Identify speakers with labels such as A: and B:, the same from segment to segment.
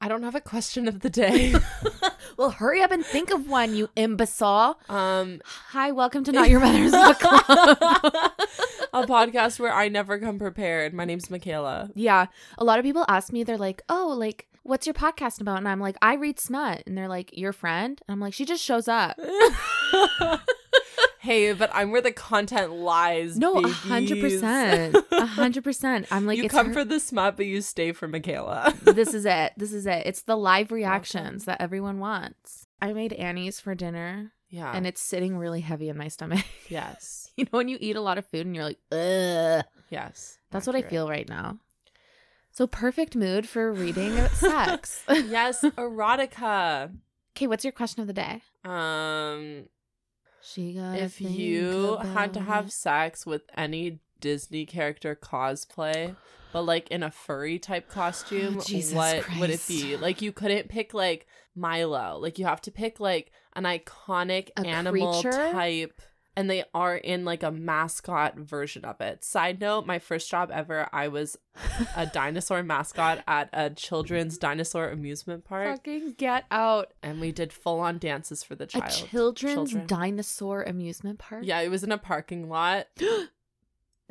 A: I don't have a question of the day.
B: Well, hurry up and think of one, you imbecile.
A: um,
B: Hi, welcome to Not Your Mother's Book Club.
A: a podcast where I never come prepared. My name's Michaela.
B: yeah. A lot of people ask me, they're like, oh, like, what's your podcast about? And I'm like, I read smut. And they're like, your friend? And I'm like, she just shows up.
A: hey, but I'm where the content lies.
B: No, a
A: biggies.
B: 100%. a 100%. I'm like,
A: you
B: it's
A: come
B: her-
A: for the smut, but you stay for Michaela.
B: this is it. This is it. It's the live reactions that everyone wants. I made Annie's for dinner
A: yeah.
B: and it's sitting really heavy in my stomach.
A: yes.
B: you know, when you eat a lot of food and you're like, ugh.
A: Yes.
B: That's what I
A: Accurate.
B: feel right now. So perfect mood for reading sex.
A: yes, erotica.
B: Okay, what's your question of the day?
A: Um,
B: She got
A: if you had to have sex with any Disney character cosplay, but like in a furry type costume,
B: Jesus
A: what would it
B: Christ.
A: be? Like you couldn't pick like Milo. Like you have to pick like an iconic
B: A
A: animal
B: creature?
A: type. And they are in like a mascot version of it. Side note, my first job ever, I was a dinosaur mascot at a children's dinosaur amusement park.
B: fucking get out
A: And we did full on dances for the child.
B: a children's
A: Children.
B: dinosaur amusement park.
A: Yeah, it was in a parking lot.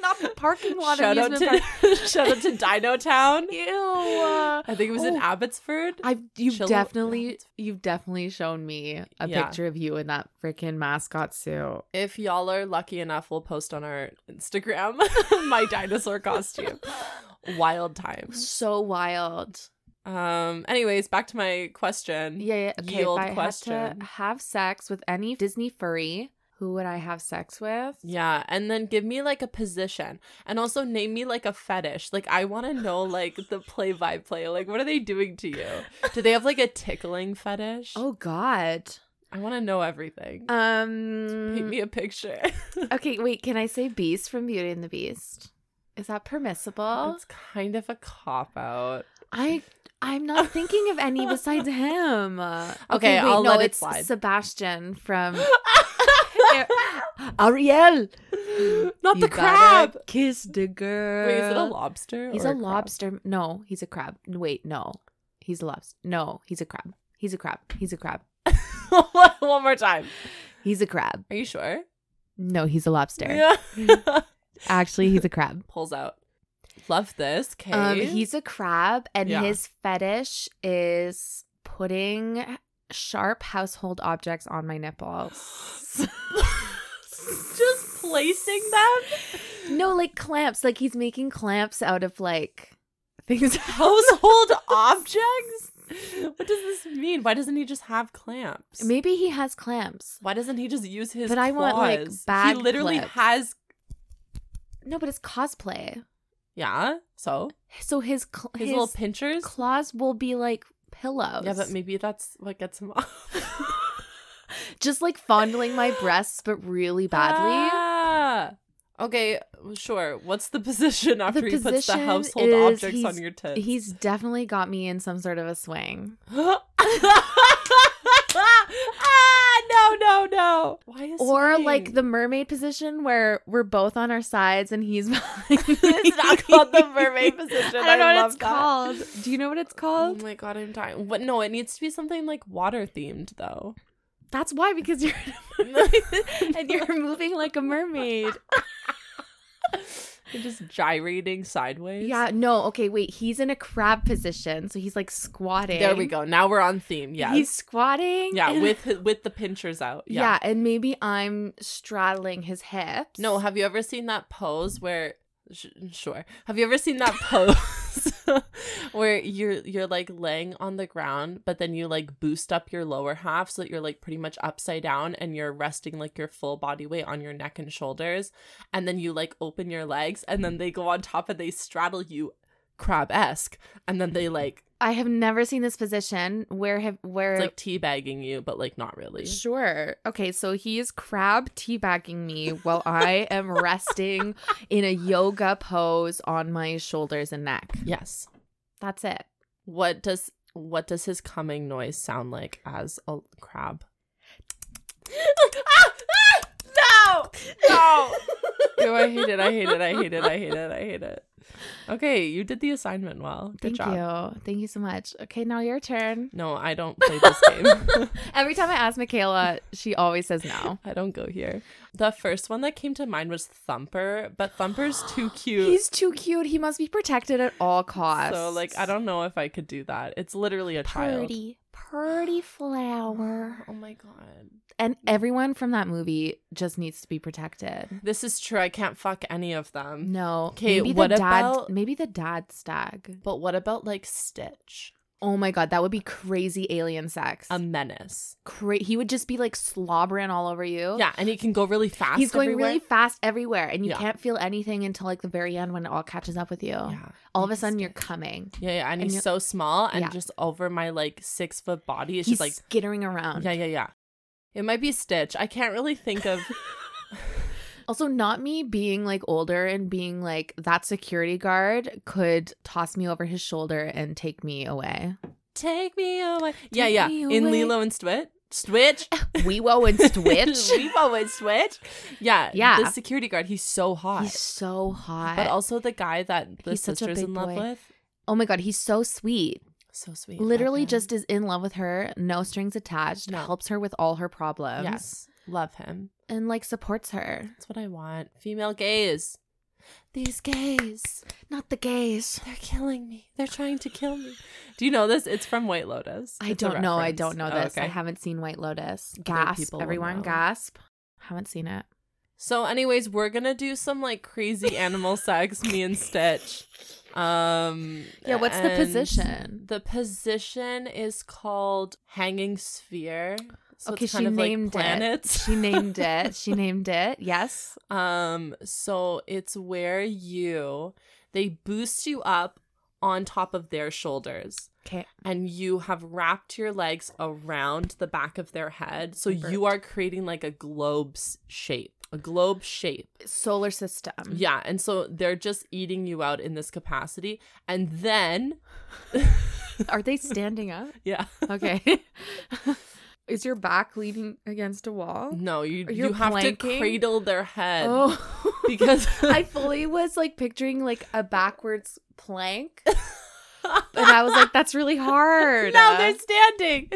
B: not the parking lot
A: shout out
B: amusement
A: to
B: park.
A: shout out to Dino Town.
B: Ew. uh,
A: I think it was in
B: Oh.
A: Abbotsford.
B: I've you've
A: Chill-
B: definitely you've definitely shown me a
A: Yeah.
B: picture of you in that freaking mascot suit.
A: if y'all are lucky enough, we'll post on our Instagram my dinosaur costume. Wild times.
B: So wild.
A: Um. Anyways, back to my question.
B: Yeah, yeah. Okay,
A: Yield
B: if I had
A: question.
B: to have sex with any Disney furry, who would I have sex with?
A: Yeah, and then give me like a position, and also name me like a fetish. Like I want to know like the play by play. Like what are they doing to you? Do they have like a tickling fetish?
B: Oh God.
A: I want to know everything. Paint
B: Um.
A: me a picture.
B: Okay, wait. Can I say Beast from Beauty and the Beast? Is that permissible?
A: It's kind of a cop out.
B: I I'm not thinking of any besides him.
A: Okay, I'll
B: no,
A: let it
B: it's
A: slide.
B: Sebastian
A: Um,
B: from Ariel.
A: Not
B: You
A: the
B: gotta
A: crab.
B: Kiss the girl.
A: Wait, is it a lobster?
B: He's
A: or
B: a
A: crab?
B: lobster. No, he's a crab. N- Wait, no. He's a lobster. No, he's a crab. He's a crab. He's a crab.
A: One more time.
B: He's a crab.
A: Are you sure?
B: No, he's a lobster.
A: Yeah.
B: Actually, he's a crab.
A: Pulls out. Love this. Okay.
B: Um, he's a crab, and
A: Yeah.
B: his fetish is putting sharp household objects on my nipples.
A: just placing them.
B: no, like clamps. Like he's making clamps out of like things.
A: Household objects. What does this mean? Why doesn't he just have clamps?
B: Maybe he has clamps.
A: Why doesn't he just use his?
B: But I want, like,
A: claws?
B: bag
A: He literally
B: clips.
A: has.
B: No, but it's cosplay.
A: Yeah. So
B: So his cl-
A: his, little pinchers.
B: claws will be like pillows.
A: Yeah, but maybe that's what gets him off.
B: just like fondling my breasts, but really badly.
A: Ah. Okay, sure. What's the position after he puts the
B: position
A: household
B: is
A: objects
B: he's-
A: on your tits?
B: He's definitely got me in some sort of a swing.
A: ah, no, no, no. Why is
B: Or like the mermaid position where we're both on our sides and he's behind me.
A: It's not called the mermaid position.
B: I don't know what
A: love
B: it's
A: that.
B: called. Do you know what it's
A: Oh
B: called?
A: my god, I'm dying. What? No, it needs to be something like water themed though.
B: That's why because you're and you're moving like a mermaid.
A: You're just gyrating sideways.
B: Yeah, no, okay, wait. He's in a crab position, so he's like squatting.
A: There we go. Now we're on theme. Yes.
B: He's squatting.
A: yeah,
B: and-
A: with his- with the pinchers out.
B: Yeah. and maybe I'm straddling his hips.
A: No, have you ever seen that pose where? Sh- sure. Have you ever seen that pose where you're you're like laying on the ground, but then you like boost up your lower half so that you're like pretty much upside down and you're resting like your full body weight on your neck and shoulders, and then you like open your legs and then they go on top and they straddle you, crab esque, and then they like
B: I have never seen this position. Where have where
A: it's like teabagging you, but like not really.
B: Sure. Okay, so he is crab teabagging me while I am resting in a yoga pose on my shoulders and neck.
A: Yes.
B: That's it.
A: What does what does his coming noise sound like as a crab? no! No! Ew, I hate it. I hate it. I hate it. I hate it. I hate it. Okay, you did the assignment well. Good
B: Thank
A: job.
B: you. Thank you so much. Okay, now your turn.
A: No, I don't play this game.
B: Every time I ask Michaela, she always says no.
A: I don't go here. The first one that came to mind was Thumper, but Thumper's too cute.
B: He's too cute. He must be protected at all costs.
A: so like I don't know if I could do that. It's literally a child.
B: Purdy, purdy flower.
A: Oh my god.
B: And everyone from that movie just needs to be protected.
A: This is true. I can't fuck any of them.
B: No.
A: 'Kay,
B: maybe
A: what
B: the dad
A: about-
B: maybe the dad stag.
A: But what about like Stitch?
B: Oh my god, that would be crazy alien sex.
A: A menace.
B: Cra- he would just be like slobbering all over you.
A: Yeah, and he can go really fast.
B: Oh. He's going
A: everywhere.
B: really fast everywhere and you
A: Yeah.
B: can't feel anything until like the very end when it all catches up with you.
A: Yeah.
B: All of a
A: He's
B: sudden you're
A: Stitch.
B: coming.
A: Yeah, yeah, and,
B: And
A: he's
B: you're-
A: so small and
B: Yeah.
A: just over my like six foot body. It's
B: He's
A: just like
B: skittering around.
A: yeah, yeah, yeah. It might be Stitch. I can't really think of.
B: Also, not me being like older and being like that security guard could toss me over his shoulder and take me away.
A: Take me away. yeah,
B: Take
A: yeah.
B: me
A: In
B: away.
A: Lilo and Stitch. Switch.
B: Weewo and Stitch.
A: Lilo and Stitch. Yeah,
B: Yeah.
A: The security guard. He's so hot.
B: he's so hot.
A: but also the guy that the
B: He's such a
A: sister's
B: big
A: in love
B: boy.
A: with.
B: oh my god, he's so sweet.
A: So sweet. Love
B: Literally
A: him.
B: just is in love with her, no strings attached,
A: No.
B: helps her with all her problems.
A: yes. Love him.
B: And like supports her.
A: That's what I want. Female gays. These gays.
B: Not the gays.
A: They're killing me. They're trying to kill me. Do you know this? It's from White Lotus.
B: I
A: It's a
B: don't know. I
A: reference.
B: don't know
A: Oh,
B: this. I
A: okay.
B: haven't seen White Lotus.
A: Other
B: Gasp.
A: people will
B: Everyone
A: know.
B: gasp. Haven't seen it.
A: So, anyways, we're gonna do some like crazy animal sex, me and Stitch. Um
B: Yeah, what's the
A: and
B: position?
A: The position is called hanging sphere. So
B: okay,
A: it's kind
B: she
A: of
B: named
A: like planets.
B: it. She named it. She named it. Yes.
A: Um, so it's where you they boost you up on top of their shoulders
B: Okay.
A: and you have wrapped your legs around the back of their head. So you
B: Burped.
A: are creating like a globe's shape. A globe shape.
B: Solar system.
A: Yeah, and so they're just eating you out in this capacity. And then
B: Are they standing up?
A: yeah.
B: Okay. Is your back leaning against a wall?
A: No, you
B: Or you're
A: you have to
B: planking?
A: cradle their head
B: Oh.
A: because
B: I fully was like picturing like a backwards plank. And I was like, that's really hard. uh."
A: No, they're standing.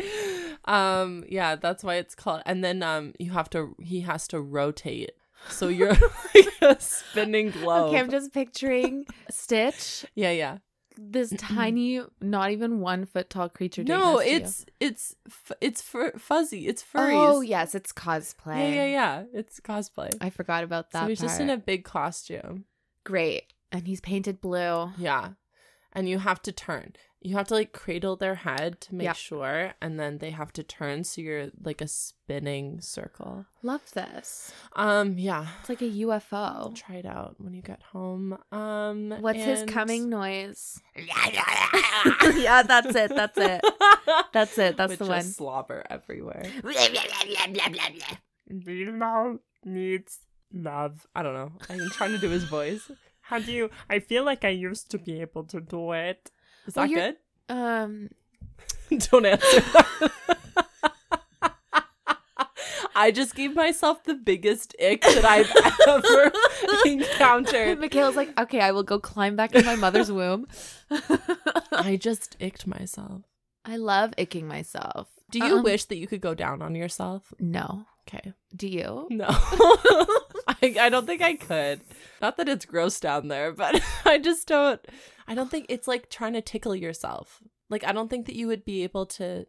A: Um, yeah, that's why it's called. And then um, you have to. He has to rotate. So you're like a spinning globe.
B: Okay, I'm just picturing Stitch,
A: yeah, yeah.
B: this tiny, not even one foot tall creature. doing
A: No,
B: this to you.
A: it's it's f- it's fur- fuzzy. It's furries.
B: Oh yes, it's cosplay.
A: yeah, yeah, yeah. It's cosplay.
B: I forgot about that.
A: so he's
B: part.
A: just in a big costume.
B: great, and he's painted blue.
A: Yeah, and you have to turn. You have to like cradle their head to make
B: Yeah.
A: sure, and then they have to turn. So you're like a spinning circle.
B: Love this.
A: Um, yeah.
B: It's like a UFO.
A: try it out when you get home. Um,
B: What's his
A: and-
B: coming noise? yeah, that's it. That's it. That's it. That's
A: With
B: the
A: just
B: one.
A: Slobber everywhere.
C: Blah
A: Love needs love. I don't know. I'm trying to do his voice. How do you? I feel like I used to be able to do it. Is
B: Well,
A: that
B: Oh, you're- Um,
A: good? don't answer. that. I just gave myself the biggest ick that I've ever encountered.
B: Michaela's like, okay, I will go climb back in my mother's womb.
A: I just icked myself.
B: I love icking myself.
A: Do you
B: Um,
A: wish that you could go down on yourself?
B: No.
A: Okay.
B: Do you?
A: No. I, I don't think I could. Not that it's gross down there, but I just don't. I don't think it's like trying to tickle yourself. Like, I don't think that you would be able to.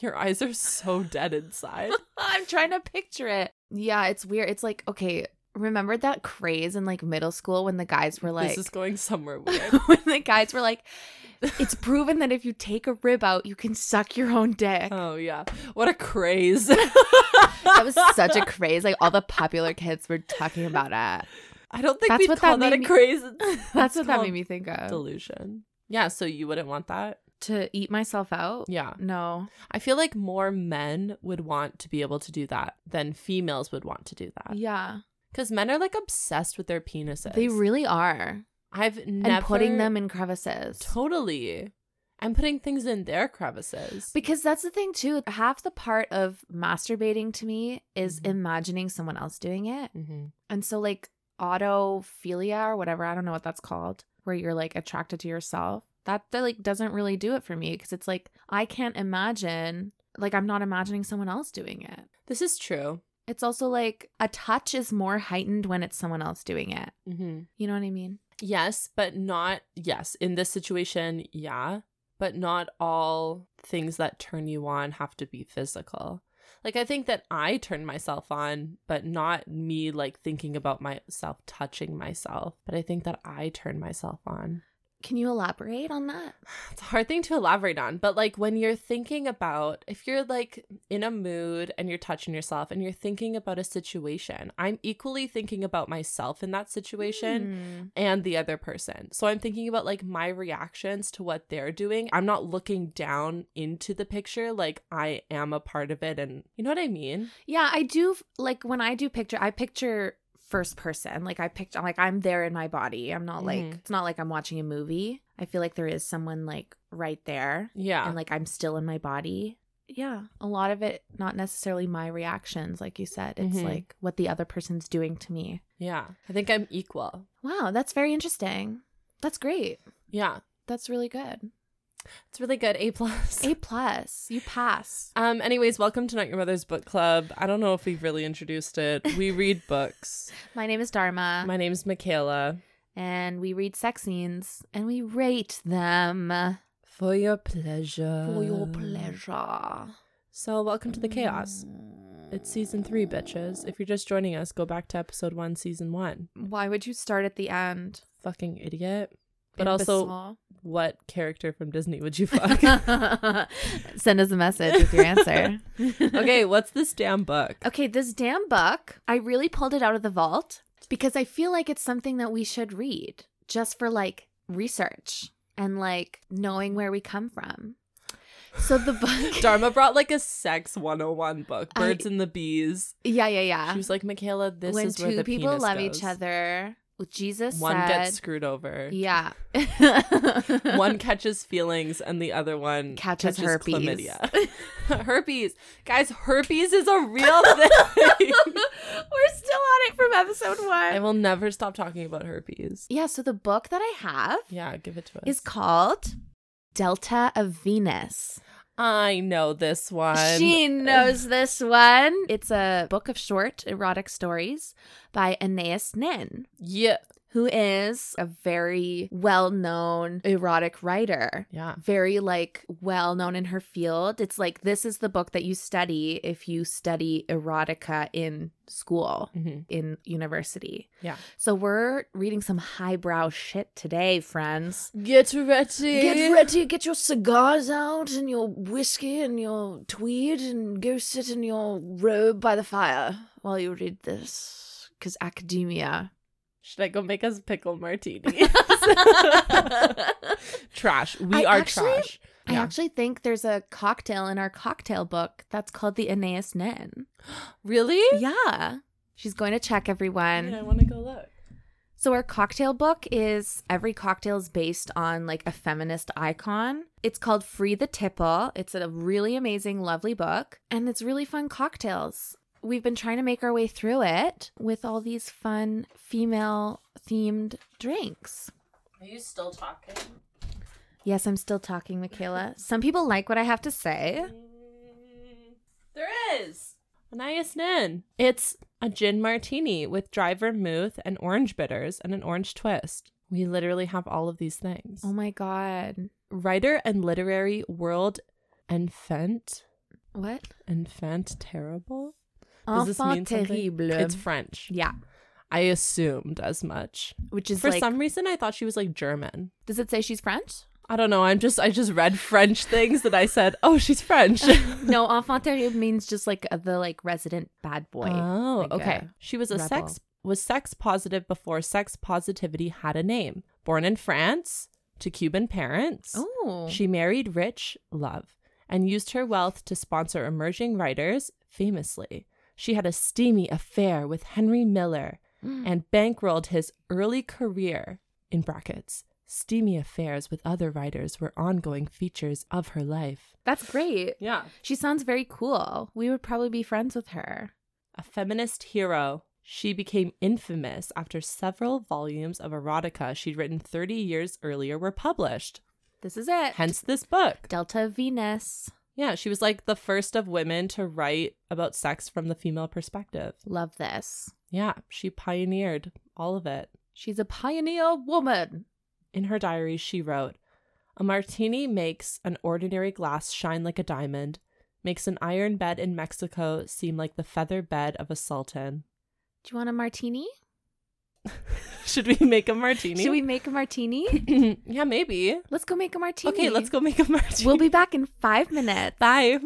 A: Your eyes are so dead inside.
B: I'm trying to picture it. Yeah, it's weird. It's like, okay, remember that craze in like middle school when the guys were like
A: this is going somewhere weird.
B: when the guys were like, it's proven that if you take a rib out, you can suck your own dick.
A: Oh, yeah. What a craze.
B: That
A: that
B: was such a craze. Like all the popular kids were talking about it.
A: I don't think
B: That's
A: we'd
B: what
A: call that,
B: that made me-
A: a craze.
B: That's what that made me think of.
A: Delusion. Yeah, so you wouldn't want that?
B: to eat myself out?
A: Yeah.
B: No.
A: I feel like more men would want to be able to do that than females would want to do that.
B: Yeah.
A: Because men are like obsessed with their penises.
B: They really are.
A: I've never.
B: And putting them in crevices.
A: Totally. And putting things in their crevices.
B: Because that's the thing too. Half the part of masturbating to me is
A: Mhm.
B: imagining someone else doing it.
A: Mhm.
B: And so like autophilia or whatever, I don't know what that's called. where you're like attracted to yourself, that, that like doesn't really do it for me because it's like I can't imagine like I'm not imagining someone else doing it.
A: This is true.
B: It's also like a touch is more heightened when it's someone else doing it.
A: Mm-hmm.
B: You know what I mean?
A: Yes, but not yes. In this situation, yeah, but not all things that turn you on have to be physical. Like I think that I turn myself on, but not me like thinking about myself touching myself, but I think that I turn myself on.
B: Can you elaborate on that?
A: It's a hard thing to elaborate on, but like when you're thinking about if you're like in a mood and you're touching yourself and you're thinking about a situation, I'm equally thinking about myself in that situation
B: Mm. Hmm.
A: and the other person. So I'm thinking about like my reactions to what they're doing. I'm not looking down into the picture like I am a part of it and you know what I mean?
B: Yeah, I do f- like when I do picture I picture first person. Like I picture like I'm there in my body. I'm not like
A: Mhm.
B: it's not like I'm watching a movie. I feel like there is someone like right there
A: Yeah.
B: and like I'm still in my body. Yeah, a lot of it not necessarily my reactions like you said. It's
A: Mhm.
B: like what the other person's doing to me.
A: yeah. I think I'm equal.
B: Wow, that's very interesting. That's great.
A: Yeah.
B: That's really good.
A: It's really good. A plus.
B: A plus. You pass.
A: um anyways, welcome to Not Your Mother's Book Club. I don't know if we've really introduced it. We read books.
B: My name is Dharma
A: My name's Michaela.
B: and we read sex scenes and we rate them
A: For your pleasure.
B: for your
A: Uh,
B: pleasure.
A: So welcome to the chaos. It's season three, bitches. If you're just joining us, go back to episode one, season one.
B: Why would you start at the end?
A: Fucking idiot. But also, what character from Disney would you fuck?
B: Imbecile. send us a message with your answer.
A: okay, what's this damn book?
B: Okay, this damn book, I really pulled it out of the vault because I feel like it's something that we should read just for like research and like knowing where we come from. So the book
A: Dharma brought like a sex 101 book,
B: I-
A: Birds and the Bees.
B: Yeah, yeah, yeah.
A: She was like, Michaela, this
B: when
A: is
B: two
A: where the
B: people
A: penis
B: love
A: goes.
B: each other, Jesus
A: One
B: said,
A: gets screwed over.
B: Yeah.
A: One catches feelings and the other one
B: catches herpes.
A: chlamydia. herpes. Guys, herpes is a real thing.
B: We're still on it from episode
A: I
B: one.
A: will never stop talking about herpes.
B: Yeah, so the book that I have
A: Yeah, give it to us.
B: is called Delta of Venus.
A: I know this one.
B: She knows this one. It's a book of short erotic stories by Aeneas Nin,
A: yeah.
B: who is a very well known erotic writer.
A: Yeah.
B: very like well known in her field. It's like this is the book that you study if you study erotica in school,
A: hmm
B: in university.
A: Yeah.
B: So we're reading some highbrow shit today, friends.
A: Get ready.
D: Get ready, get your cigars out and your whiskey and your tweed and go sit in your robe by the fire while you read this.
B: Cause academia.
A: Should I go make us pickle martini? trash. We
B: I
A: are
B: actually-
A: trash.
B: I
A: Yeah.
B: actually think there's a cocktail in our cocktail book that's called the Aeneas Nin.
A: really?
B: Yeah. She's going to check everyone.
A: Yeah, I want to go look.
B: So our cocktail book is every cocktail is based on like a feminist icon. It's called Free the Tipple. It's a really amazing, lovely book, and it's really fun cocktails. We've been trying to make our way through it with all these fun female themed drinks.
A: Are you still talking?
B: Yes, I'm still talking, Michaela. Some people like what I have to say.
A: There is. Anais Nin. It's a gin martini with dry vermouth and orange bitters and an orange twist. We literally have all of these things.
B: Oh my god.
A: Writer and literary world enfant.
B: What?
A: Enfant terrible? Does this mean
B: Enfant
A: something?
B: terrible.
A: It's French.
B: yeah,
A: I assumed as much.
B: which is
A: For
B: like
A: some reason, I thought she was like German.
B: Does it say she's French?
A: I don't know. I'm just I just read French things that I said. Oh, she's French.
B: no, enfant terrible means just like uh, the like resident bad boy.
A: oh,
B: like uh,
A: okay.
B: a
A: She was a
B: rebel.
A: sex was sex positive before sex positivity had a name. Born in France to Cuban parents,
B: oh,
A: she married rich love and used her wealth to sponsor emerging writers. Famously, she had a steamy affair with Henry Miller and bankrolled his early career in brackets. Steamy affairs with other writers were ongoing features of her life.
B: that's great.
A: Yeah.
B: She sounds very cool. We would probably be friends with her.
A: A feminist hero. She became infamous after several volumes of erotica she'd written 30 years earlier were published,
B: This is it.
A: hence this book.
B: Delta Venus.
A: Yeah, she was like the first of women to write about sex from the female perspective.
B: Love this.
A: Yeah, she pioneered all of it.
B: She's a pioneer woman.
A: In her diary, she wrote A martini makes an ordinary glass shine like a diamond, makes an iron bed in Mexico seem like the feather bed of a sultan.
B: Do you want a martini?
A: Should we make a martini?
B: Should we make a martini?
A: yeah, maybe.
B: let's go make a martini.
A: Okay, let's go make a martini.
B: We'll be back in five minutes.
A: Bye.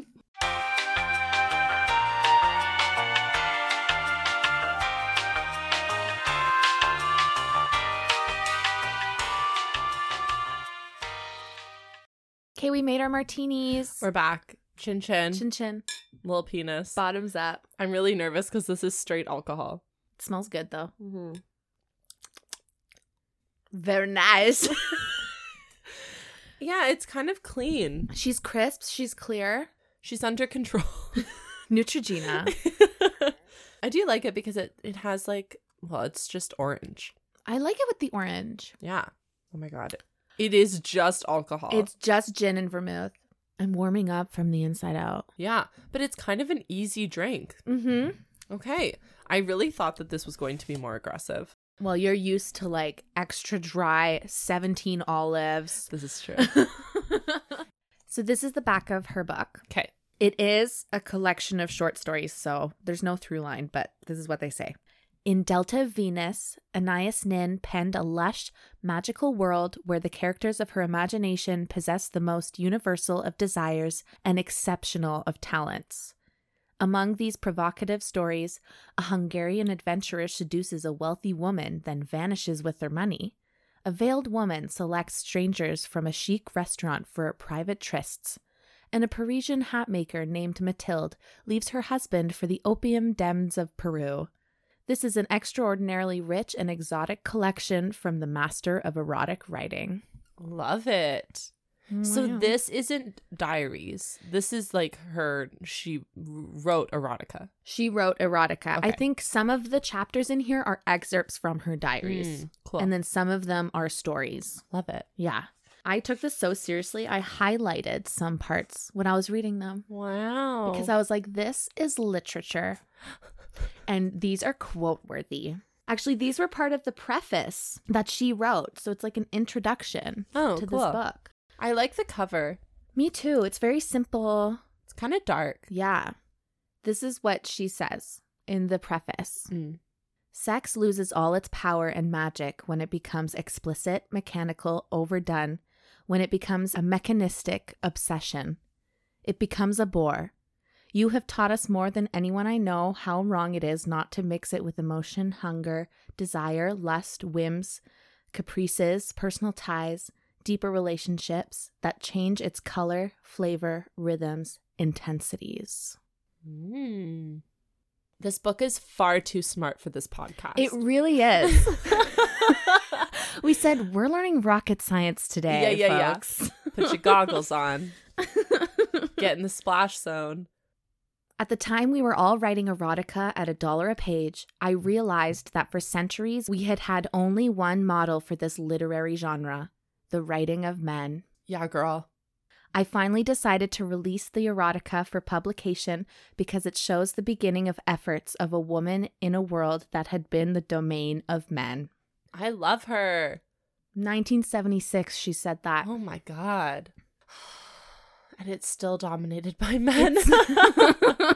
B: Okay, we made our martinis.
A: We're back. Chin chin.
B: chin chin.
A: Little penis.
B: Bottoms up.
A: I'm really nervous because this is straight alcohol.
B: It smells good though.
D: Very nice.
A: Yeah, it's kind of clean.
B: She's crisp. She's clear.
A: She's under control.
B: Neutrogena.
A: I do like it because it, it has like, well, it's just orange.
B: I like it with the orange.
A: Yeah. Oh my God. It is just alcohol.
B: It's just gin and vermouth. I'm warming up from the inside out.
A: yeah, but it's kind of an easy drink.
B: Mm-hmm.
A: Okay. I really thought that this was going to be more aggressive.
B: Well, you're used to like extra dry 17 olives.
A: This is true.
B: so this is the back of her book.
A: okay.
B: It is a collection of short stories, so there's no through line, but this is what they say. In Delta Venus, Anais Nin penned a lush, magical world where the characters of her imagination possess the most universal of desires and exceptional of talents. Among these provocative stories, a Hungarian adventurer seduces a wealthy woman, then vanishes with their money. A veiled woman selects strangers from a chic restaurant for private trysts and a Parisian hat maker named Mathilde leaves her husband for the opium dens of Peru. This is an extraordinarily rich and exotic collection from the master of erotic writing.
A: Love it. So
B: Wow.
A: this isn't diaries. This is like her. She wrote erotica.
B: she wrote erotica. I
A: Okay.
B: think some of the chapters in here are excerpts from her diaries,
A: Mm, cool.
B: and then some of them are stories.
A: love it.
B: Yeah. I took this so seriously. I highlighted some parts when I was reading them.
A: Wow.
B: because I was like, this is literature. and these are quote worthy. Actually, these were part of the preface that she wrote. So it's like an introduction
A: oh
B: to
A: cool.
B: this book.
A: I like the cover.
B: Me too. It's very simple.
A: It's kind of dark.
B: Yeah. This is what she says in the preface.
A: Mm.
B: Sex loses all its power and magic when it becomes explicit, mechanical, overdone, when it becomes a mechanistic obsession. It becomes a bore. You have taught us more than anyone I know how wrong it is not to mix it with emotion, hunger, desire, lust, whims, caprices, personal ties, deeper relationships that change its color, flavor, rhythms, intensities.
A: Mm. This book is far too smart for this podcast.
B: It really is. we said we're learning rocket science today,
A: Yeah, yeah,
B: folks.
A: Put your goggles on. Get in the splash zone.
B: At the time we were all writing erotica at a dollar a page, I realized that for centuries we had had only one model for this literary genre the writing of men.
A: Yeah, girl.
B: I finally decided to release the erotica for publication because it shows the beginning of efforts of a woman in a world that had been the domain of men.
A: I love her.
B: 1976, she said that.
A: Oh my god. And it's still dominated by men.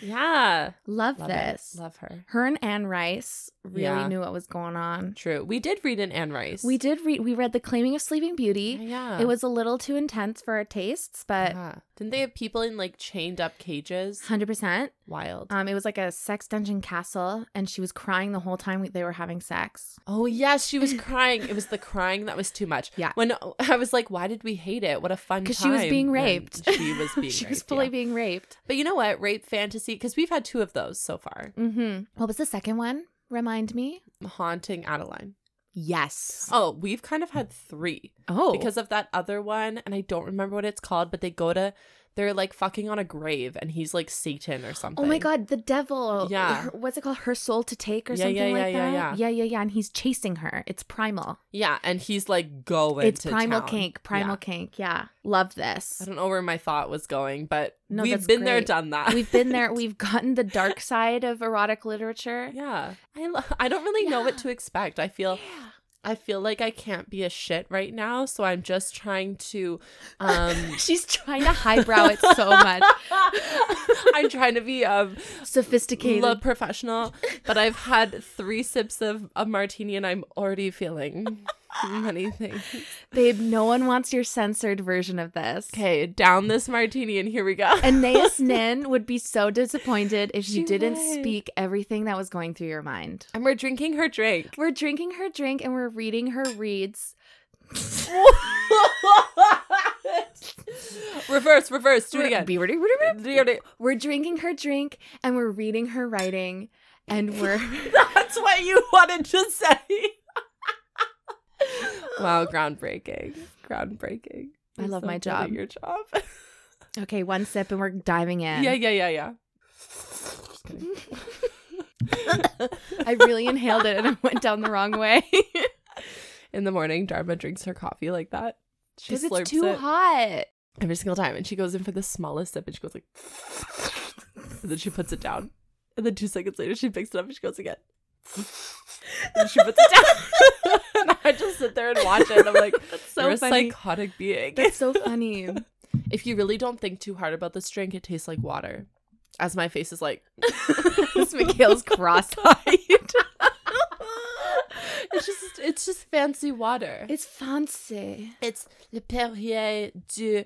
A: yeah.
B: Love,
A: Love
B: this.
A: it. Love her.
B: Her and Anne Rice really
A: Yeah.
B: knew what was going on.
A: True. We did read an Anne Rice.
B: We did read. We read the Claiming of Sleeping Beauty.
A: Yeah.
B: It was a little too intense for our tastes, but
A: Yeah. Uh-huh. Didn't they have people in like chained up cages?
B: hundred percent.
A: Wild.
B: Um, it was like a sex dungeon castle, and she was crying the whole time they were having sex.
A: oh yes, she was crying. It was the crying that was too much.
B: Yeah.
A: When oh, I was like, why did we hate it? What a fun
B: Because
A: Because
B: she was being raped.
A: She was being.
B: she
A: raped,
B: was fully
A: yeah.
B: being raped.
A: But you know what? Rape fantasy. Because we've had two of those so far.
B: Mm-hmm. What was the second one? Remind me.
A: Haunting Adeline.
B: Yes.
A: Oh, we've kind of had three.
B: Oh,
A: because of that other one and i don't remember what it's called but they go to They're like fucking on a grave and he's like Satan or something.
B: Oh my god, the devil.
A: Yeah.
B: Her- what's it called? Her soul to take or
A: Yeah,
B: something
A: yeah,
B: like
A: yeah,
B: that.
A: yeah,
B: yeah, yeah, yeah. And he's chasing her. It's primal.
A: Yeah, and he's like going
B: it's
A: to
B: primal
A: town.
B: kink. Primal
A: Yeah.
B: kink. Yeah. Love this.
A: I don't know where my thought was going, but
B: No, that's
A: we've been there,
B: great.
A: done that.
B: We've been there. We've gotten the dark side of erotic literature.
A: yeah. I lo- I don't really know what
B: Yeah.
A: to expect. I feel
B: Yeah.
A: I feel like I can't be a shit right now, so I'm just trying to um
B: She's trying to highbrow it so much.
A: I'm trying to be um
B: Sophisticated.
A: love professional, but I've had three sips of a martini and I'm already feeling many things.
B: Babe, no one wants your censored version of this.
A: Okay, down this martini and here we go.
B: Anais Nin would be so disappointed if
A: She
B: you didn't
A: would.
B: speak everything that was going through your mind.
A: and we're drinking her drink.
B: We're drinking her drink and we're reading her reads.
A: reverse, reverse, do it again.
B: again.
A: Do it-
B: We're drinking her drink and we're reading her writing and we're
A: That's what you wanted to say. wow, groundbreaking. Groundbreaking.
B: I
A: You're
B: love
A: so
B: my
A: good at
B: job.
A: Your job.
B: Okay, one sip and we're diving in.
A: Yeah, yeah, yeah, yeah.
B: I really inhaled it and it went down the wrong way.
A: In the morning, Dharma drinks her coffee like that. She
B: Because
A: slurps
B: it's too
A: it
B: hot.
A: every single time, and she goes in for the smallest sip, and she goes like, and then she puts it down, and then two seconds later, she picks it up and she goes again, and she puts it down. and I just sit there and watch it. And I'm like,
B: That's
A: you're a psychotic being.
B: That's so funny.
A: If you really don't think too hard about this drink, it tastes like water. As my face is like,
B: It's Mikhail's cross-eyed.
A: it's just it's just fancy water.
B: it's fancy.
A: It's le Perrier du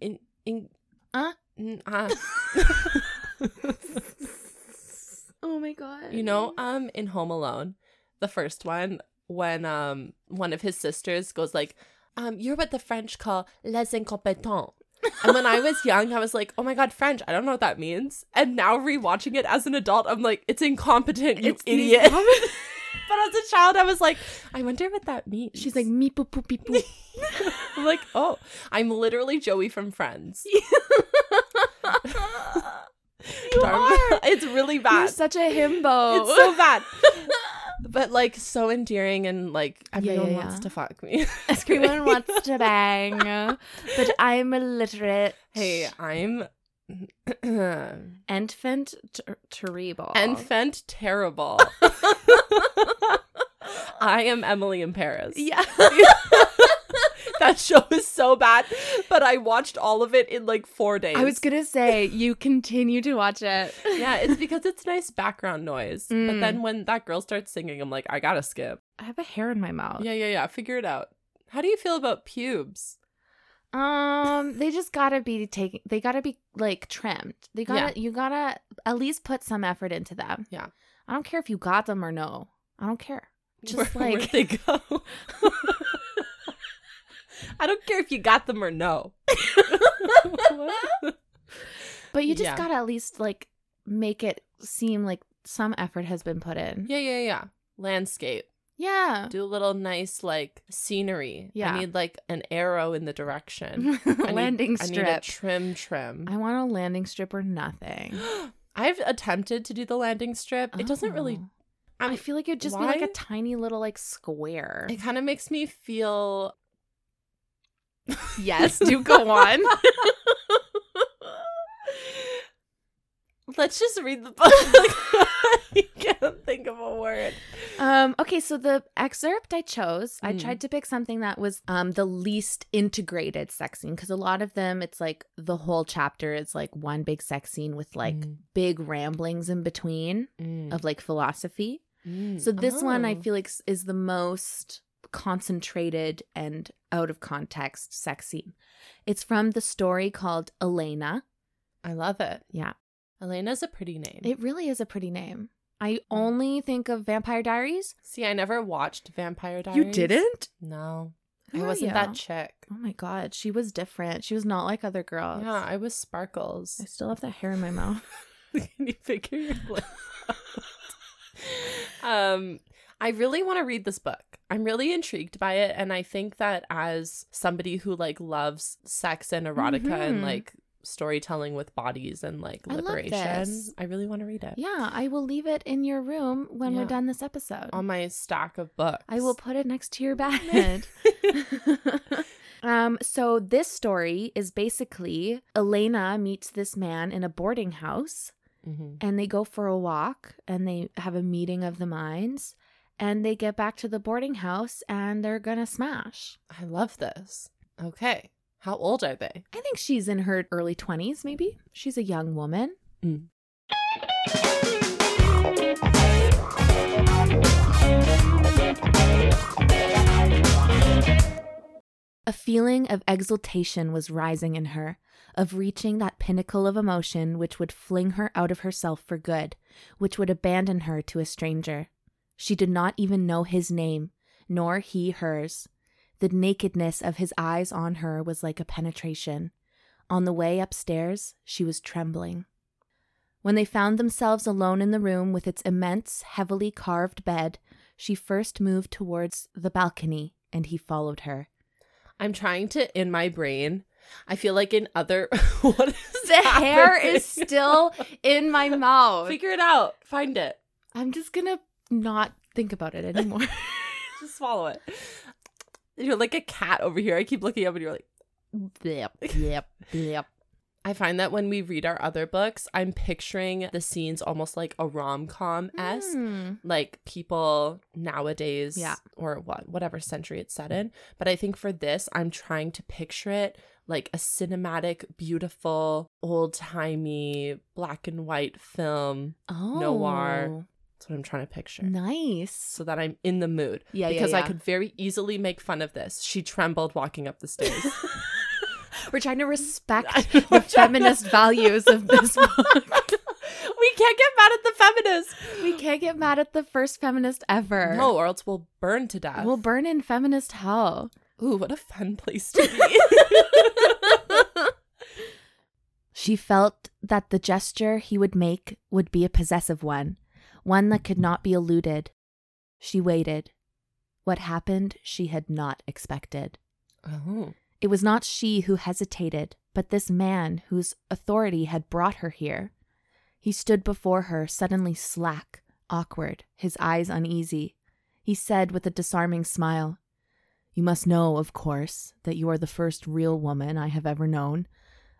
A: in in
B: Huh?
A: N- ah.
B: Oh my god.
A: you know, um in Home Alone, the first one when um one of his sisters goes like, um you're what the French call les incompetents. and when I was young, I was like, "Oh my god, French! I don't know what that means." And now rewatching it as an adult, I'm like, "It's incompetent, you
B: It's the
A: idiot!" but as a child, I was like, "I wonder what that means."
B: She's like me poo poo pee poo.
A: I'm like, oh, I'm literally Joey from Friends. you
B: are.
A: It's really bad.
B: You're such a himbo.
A: it's so bad. but like so endearing and like
B: yeah,
A: everyone wants
B: yeah.
A: to fuck me.
B: Everyone wants to bang, but I'm illiterate.
A: hey, I'm
B: infant ter- terrible.
A: enfant terrible. I am Emily in Paris.
B: Yeah.
A: That show is so bad, but I watched all of it in like four days.
B: I was gonna say you continue to watch it.
A: yeah, it's because it's nice background noise. But
B: Mm.
A: then when that girl starts singing, I'm like, I gotta skip.
B: I have a hair in my mouth.
A: Yeah, yeah, yeah. Figure it out. How do you feel about pubes?
B: Um, they just gotta be taken. They gotta be like trimmed. They gotta. You gotta at least put some effort into them.
A: Yeah.
B: I don't care if you got them or no. I don't care. Just
A: Where-
B: like-
A: where'd they go. I don't care if you got them or no.
B: But you just
A: Yeah.
B: gotta at least like make it seem like some effort has been put in.
A: yeah, yeah, yeah. Landscape.
B: Yeah.
A: Do a little nice like scenery.
B: Yeah.
A: I need like an arrow in the direction. I need-
B: landing
A: I need
B: strip.
A: a trim trim.
B: I want a landing strip or nothing.
A: I've attempted to do the landing strip. It doesn't really
B: Oh.
A: I'm-
B: I feel like it'd just be like
A: why?
B: a tiny little like square.
A: It kind of makes me feel.
B: yes, do go on.
A: Let's just read the book. I can't think of a word.
B: Um, okay, so the excerpt I chose, I
A: Mm.
B: tried to pick something that was um, the least integrated sex scene because a lot of them, it's like the whole chapter is like one big sex scene with like
A: Mm.
B: big ramblings in between of like philosophy. mm.
A: Mm.
B: So this one
A: oh.
B: I feel like s- is the most concentrated and out of context sex scene. It's from the story called Elena.
A: I love it.
B: Yeah.
A: Elena's a pretty name.
B: It really is a pretty name. I only think of Vampire Diaries.
A: See, I never watched Vampire Diaries. No,
B: Who
A: I
B: are
A: wasn't
B: you?
A: that chick.
B: Oh my god, she was different. She was not like other girls.
A: Yeah, I was
B: I
A: Sparkles.
B: still have that hair in my mouth.
A: Can you figure your life out? um, I really want to read this book. I'm really intrigued by it, and I think that as somebody who like loves sex and erotica and
B: Mhm.
A: like storytelling with bodies and like
B: I love
A: liberation.
B: this.
A: I really want to read it.
B: Yeah, I will leave it in your room when
A: Yeah. Um,
B: we're done this episode.
A: On my stack of books.
B: I will put it next to your bed. um, so this story is basically Elena meets this man in a boarding house
A: Mhm.
B: and they go for a walk and they have a meeting of the minds and they get back to the boarding house and they're gonna smash.
A: I love this. Okay. How old are they?
B: I think she's in her early 20s, maybe. She's a young woman.
A: Mm.
B: A feeling of exultation was rising in her, of reaching that pinnacle of emotion which would fling her out of herself for good, which would abandon her to a stranger. She did not even know his name, nor he hers. The nakedness of his eyes on her was like a penetration. On the way upstairs, she was trembling. When they found themselves alone in the room with its immense, heavily carved bed, she first moved towards the balcony and he followed her.
A: I'm trying to in my brain. I feel like in other what is
B: The hair
A: happening?
B: is still in my mouth.
A: Figure it out. Find it.
B: I'm just gonna not think about it anymore.
A: Just swallow it. You're like a cat over here. I keep looking up and you're like,
B: yep, yep, yep.
A: I find that when we read our other books, I'm picturing the scenes almost like a rom com esque.
B: Mm.
A: Like people nowadays,
B: Yeah.
A: or what, whatever century it's set in. But I think for this, I'm trying to picture it like a cinematic, beautiful, old timey, black and white film.
B: Oh,
A: Noir. That's what I'm trying to picture.
B: Nice.
A: So that I'm in the mood.
B: Yeah, yeah,
A: because I
B: yeah.
A: could very easily make fun of this. She trembled walking up the stairs.
B: We're trying to respect
A: I know,
B: the
A: I'm trying to-
B: feminist values of this book.
A: we can't get mad at the feminists.
B: We can't get mad at the first feminist ever.
A: No, or else we'll burn to death.
B: We'll burn in feminist hell.
A: Ooh, what a fun place to be.
B: She felt that the gesture he would make would be a possessive one, one that could not be eluded. She waited. What happened she had not expected.
A: oh.
B: It was not she who hesitated, but this man whose authority had brought her here. He stood before her, suddenly slack, awkward, his eyes uneasy. He said with a disarming smile, You must know, of course, that you are the first real woman I have ever known,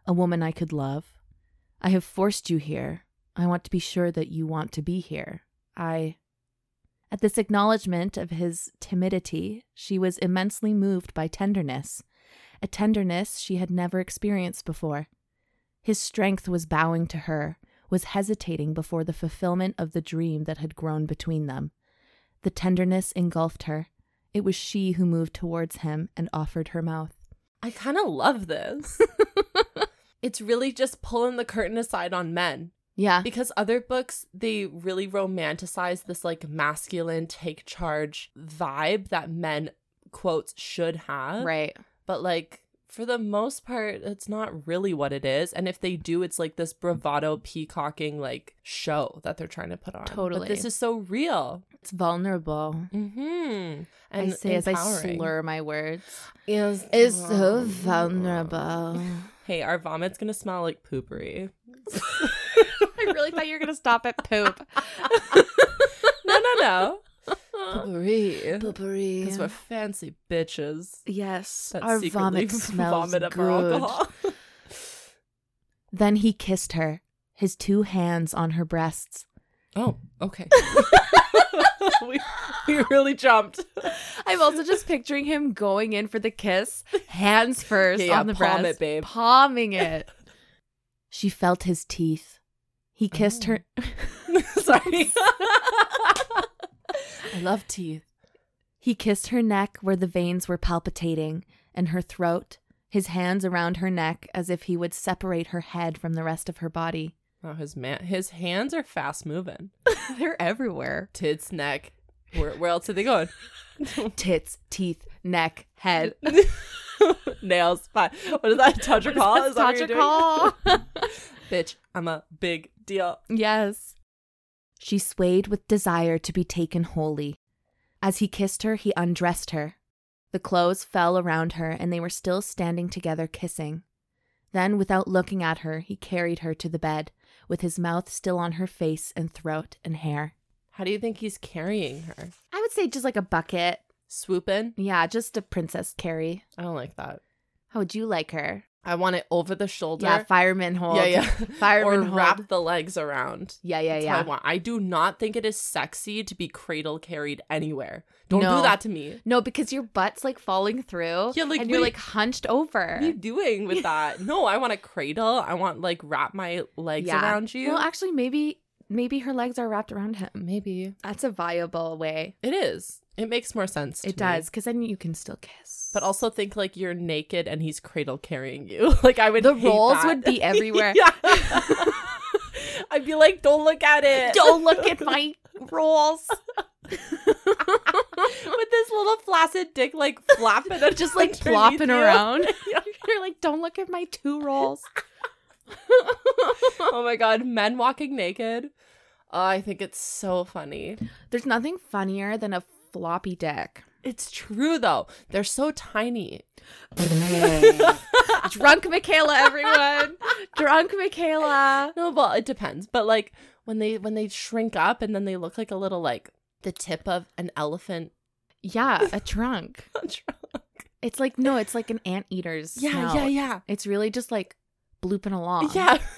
B: a woman I could love. I have forced you here. I want to be sure that you want to be here. I. At this acknowledgement of his timidity, she was immensely moved by tenderness a tenderness she had never experienced before. His strength was bowing to her, was hesitating before the fulfillment of the dream that had grown between them. The tenderness engulfed her. It was she who moved towards him and offered her mouth.
A: I kind of love this. it's really just pulling the curtain aside on men.
B: Yeah.
A: Because other books, they really romanticize this like masculine take charge vibe that men, quotes, should have.
B: Right.
A: but like for the most part it's not really what it is and if they do it's like this bravado peacocking like show that they're trying to put on
B: Totally.
A: but this is so real
B: It's vulnerable.
A: mm-hmm
B: I say as I slur my words.
A: is
D: It's so vulnerable.
A: hey our vomit's gonna smell like poopery
B: I really thought you were going to stop at poop.
A: no no no poopery
D: Poopery.
A: because we're fancy bitches
D: Yes,
A: that
D: our
A: secretly
D: vomit smells
A: vomit up
D: good.
A: our alcohol
B: Then he kissed her, his two hands on her breasts.
A: oh okay we, we really jumped
B: I'm also just picturing him going in for the kiss, hands first
A: Yeah, yeah,
B: on the
A: palm
B: breast,
A: it, babe.
B: palming it. she felt his teeth. He kissed her.
A: Sorry. I love teeth.
B: He kissed her neck where the veins were palpitating, and her throat. His hands around her neck as if he would separate her head from the rest of her body.
A: Oh, his man, his hands are fast moving.
B: They're everywhere.
A: Tits, neck. Where, where else are they going?
B: Tits, teeth, neck, head.
A: Nails. Fine. What is that? Touch or call? Is that what
B: Touch
A: you're
B: a
A: doing?
B: call.
A: Bitch, I'm a big deal.
B: Yes. She swayed with desire to be taken wholly. As he kissed her, he undressed her. The clothes fell around her, and they were still standing together kissing. Then, without looking at her, he carried her to the bed, with his mouth still on her face and throat and hair.
A: How do you think he's carrying her?
B: I would say just like a bucket.
A: Swooping?
B: Yeah, just a princess carry.
A: I don't like that.
B: How would you like her?
A: I want it over the shoulder.
B: Yeah, fireman hold.
A: Yeah, yeah.
B: Fireman
A: or
B: hold.
A: wrap the legs around.
B: Yeah, yeah,
A: That's
B: yeah.
A: what I want. I do not think it is sexy to be cradle carried anywhere. Don't
B: No.
A: do that to me.
B: No, because your butt's like falling through.
A: Yeah, like,
B: and you're
A: wait.
B: like hunched over.
A: What are you doing with that? No, I want a cradle. I want like wrap my legs
B: Yeah.
A: around you.
B: Well, actually, maybe maybe her legs are wrapped around him.
A: Maybe
B: That's a viable way.
A: it is. It makes more sense. to
B: It
A: me.
B: does, because then you can still kiss.
A: But also think like you're naked and he's cradle carrying you. Like I would.
B: the
A: hate
B: rolls
A: that.
B: would be everywhere.
A: Yeah. I'd be like, don't look at it.
B: Don't look at my rolls.
A: With this little flaccid dick like flapping,
B: Just like
A: underneath
B: plopping
A: you.
B: around.
A: Yeah.
B: You're like, don't look at my two rolls.
A: oh my god, men walking naked. Oh, I think it's so funny.
B: There's nothing funnier than a floppy dick.
A: It's true though. They're so tiny.
B: Drunk Michaela, everyone. Drunk Michaela.
A: No, well, it depends. But like when they when they shrink up and then they look like a little like the tip of an elephant
B: Yeah, a trunk.
A: trunk.
B: It's like, no, it's like an anteater's.
A: Yeah,
B: snout.
A: yeah, yeah.
B: It's really just like blooping along.
A: Yeah.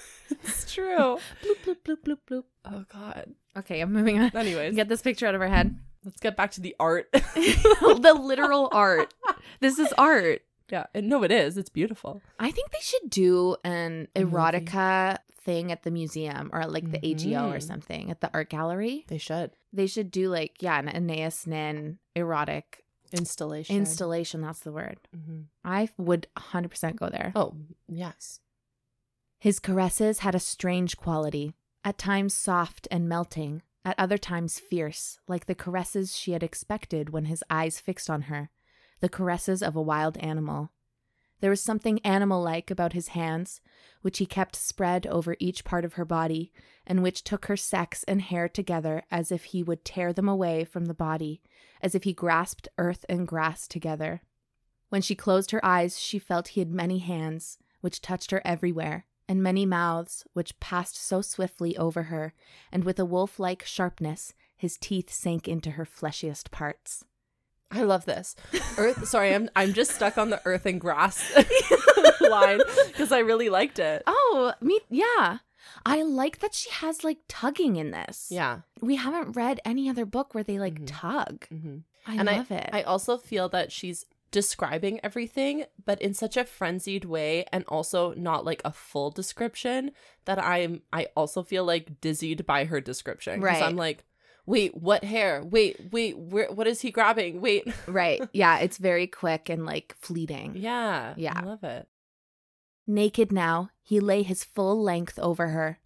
A: It's true.
B: Bloop, bloop, bloop, bloop, bloop.
A: oh god.
B: Okay, I'm moving on.
A: Anyways,
B: Get this picture out of our head.
A: let's get back to the art.
B: the literal art. This is art.
A: yeah. And no, it is. It's beautiful.
B: I think they should do an
A: A movie.
B: erotica thing at the museum or at, like the AGO or
A: Mhm.
B: something at the art gallery.
A: They should.
B: They should do like, yeah, an Aeneas Nin erotic
A: Installation.
B: installation. That's the word.
A: hmm
B: I would 100% go there.
A: Oh, yes.
B: His caresses had a strange quality, at times soft and melting, at other times fierce, like the caresses she had expected when his eyes fixed on her, the caresses of a wild animal. There was something animal like about his hands, which he kept spread over each part of her body, and which took her sex and hair together as if he would tear them away from the body, as if he grasped earth and grass together. When she closed her eyes, she felt he had many hands, which touched her everywhere, and many mouths, which passed so swiftly over her, and with a wolf like sharpness, his teeth sank into her fleshiest parts.
A: I love this. Earth. sorry, I'm I'm just stuck on the earth and grass line because I really liked it.
B: Oh, me, yeah. I like that she has like tugging in this.
A: Yeah.
B: We haven't read any other book where they like
A: Mhm.
B: tug.
A: Mm-hmm.
B: I
A: And
B: love it.
A: I also feel that she's describing everything, but in such a frenzied way, and also not like a full description. That I'm. I also feel like dizzied by her description. 'cause
B: Right.
A: I'm like, wait, what hair? Wait, wait, where? What is he grabbing? Wait.
B: right. Yeah. It's very quick and like fleeting.
A: Yeah.
B: Yeah.
A: I love it.
B: Naked now, he lay his full length over her.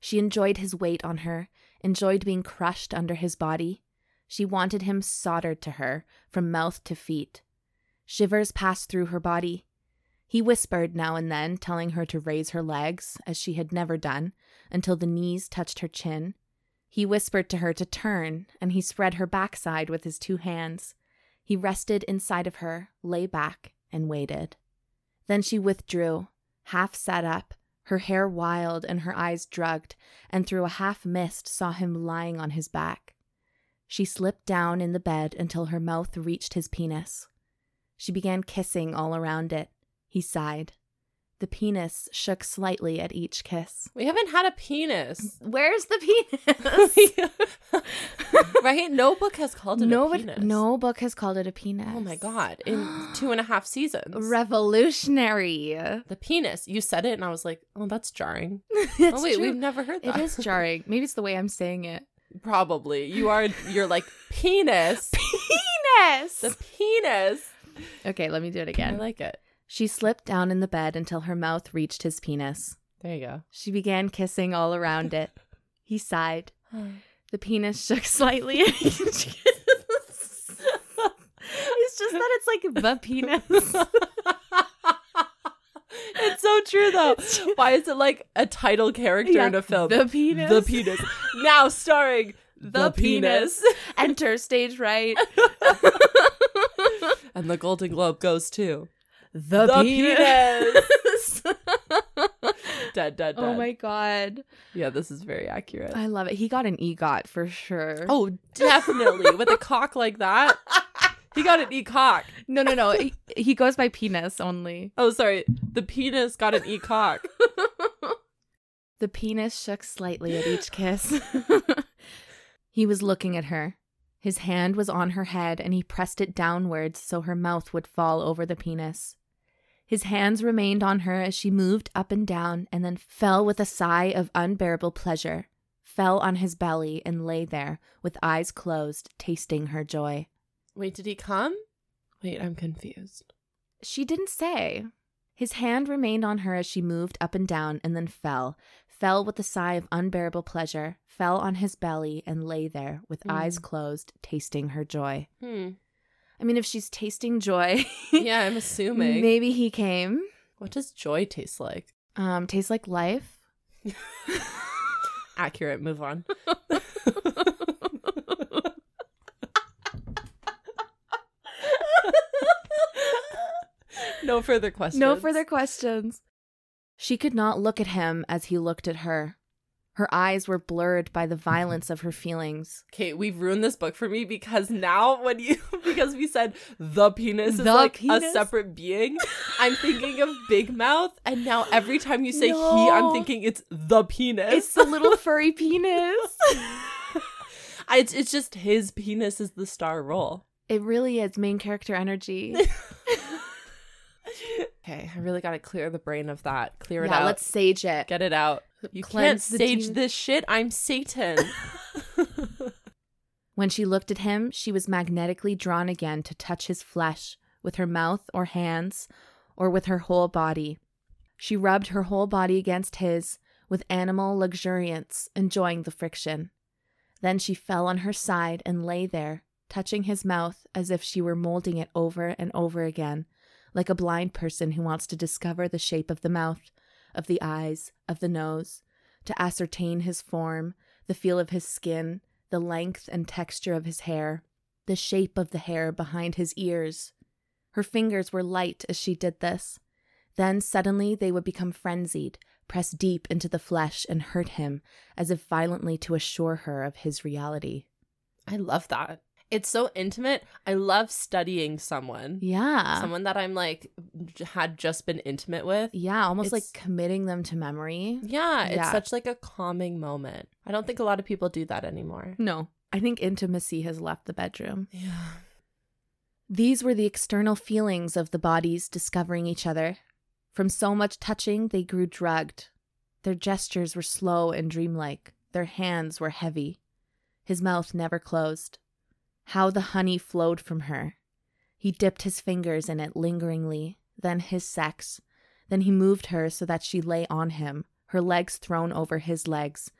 B: She enjoyed his weight on her, enjoyed being crushed under his body. She wanted him soldered to her from mouth to feet. Shivers passed through her body. He whispered now and then, telling her to raise her legs, as she had never done, until the knees touched her chin. He whispered to her to turn, and he spread her backside with his two hands. He rested inside of her, lay back, and waited. Then she withdrew, half sat up, her hair wild and her eyes drugged, and through a half mist saw him lying on his back. She slipped down in the bed until her mouth reached his penis. She began kissing all around it. He sighed. The penis shook slightly at each kiss.
A: We haven't had a penis.
B: Where's the penis?
A: right? No book has called it
B: no,
A: a
B: one-
A: penis.
B: no book has called it a penis.
A: Oh my god! In two and a half seasons,
B: Revolutionary.
A: the penis. You said it, and I was like, "Oh, that's jarring."
B: It's
A: oh wait,
B: true.
A: we've never heard
B: It
A: that.
B: is jarring. Maybe it's the way I'm saying it.
A: Probably you are. You're like penis. the
B: Penis.
A: penis.
B: Okay, let me do it
A: I
B: again.
A: like it.
B: She slipped down in the bed until her mouth reached his penis.
A: There you go.
B: She began kissing all around it. He sighed. The penis shook slightly. at each kiss. it's just that it's like the penis.
A: it's so true though. Why is it like a title character
B: Yeah,
A: in a film?
B: The penis.
A: The penis. now starring
B: The penis. Enter stage right.
A: and the Golden Globe goes to
B: The,
A: penis.
B: penis.
A: dead, dead, dead.
B: Oh my god.
A: Yeah, this is very accurate.
B: I love it. He got an EGOT for sure.
A: Oh, definitely. With a cock like that, he got an e cock.
B: no, no, no. he, he goes by penis only.
A: Oh, sorry. The penis got an e cock.
B: The penis shook slightly at each kiss. he was looking at her. His hand was on her head and he pressed it downwards so her mouth would fall over the penis. His hands remained on her as she moved up and down and then fell with a sigh of unbearable pleasure, fell on his belly and lay there with eyes closed, tasting her joy.
A: Wait, did he come? Wait, I'm confused.
B: She didn't say. His hand remained on her as she moved up and down and then fell, fell with a sigh of unbearable pleasure, fell on his belly and lay there with
A: Mm.
B: eyes closed, tasting her joy.
A: Hmm.
B: I mean, if she's tasting joy,
A: Yeah, I'm assuming.
B: maybe he came.
A: What does joy taste like?
B: Um, tastes like life.
A: Accurate. Move on. no further questions.
B: No further questions. She could not look at him as he looked at her. Her eyes were blurred by the
A: Mm-hmm.
B: violence of her feelings.
A: Okay, we've ruined this book for me because now when you because we said the penis is
B: The
A: like a
B: penis?
A: separate being, I'm thinking of Big Mouth, and now every time you say he, I'm
B: No.
A: thinking it's the penis.
B: It's the little furry penis.
A: I- it's it's just his penis is the star role.
B: It really is main character energy.
A: Okay, I really gotta clear the brain of that. Clear it
B: yeah,
A: out.
B: let's sage it.
A: get it out. You can't
B: Cleanse the
A: stage
B: demon-
A: this shit. I'm Satan.
B: When she looked at him, she was magnetically drawn again to touch his flesh with her mouth or hands or with her whole body. She rubbed her whole body against his with animal luxuriance, enjoying the friction. Then she fell on her side and lay there, touching his mouth as if she were molding it over and over again, like a blind person who wants to discover the shape of the mouth, of the eyes, of the nose, to ascertain his form, the feel of his skin, the length and texture of his hair, the shape of the hair behind his ears. Her fingers were light as she did this. Then suddenly they would become frenzied, press deep into the flesh and hurt him, as if violently to assure her of his reality.
A: I love that. It's so intimate. I love studying someone.
B: Yeah.
A: Someone that I'm like j- had just been intimate with.
B: yeah, almost
A: It's-
B: like committing them to memory.
A: Yeah, it's
B: Yeah.
A: such like a calming moment. I don't think a lot of people do that anymore.
B: No. I think intimacy has left the bedroom.
A: Yeah.
B: These were the external feelings of the bodies discovering each other. From so much touching, they grew drugged. Their gestures were slow and dreamlike. Their hands were heavy. His mouth never closed. How the honey flowed from her. He dipped his fingers in it lingeringly, then his sex. Then he moved her so that she lay on him, her legs thrown over his legs.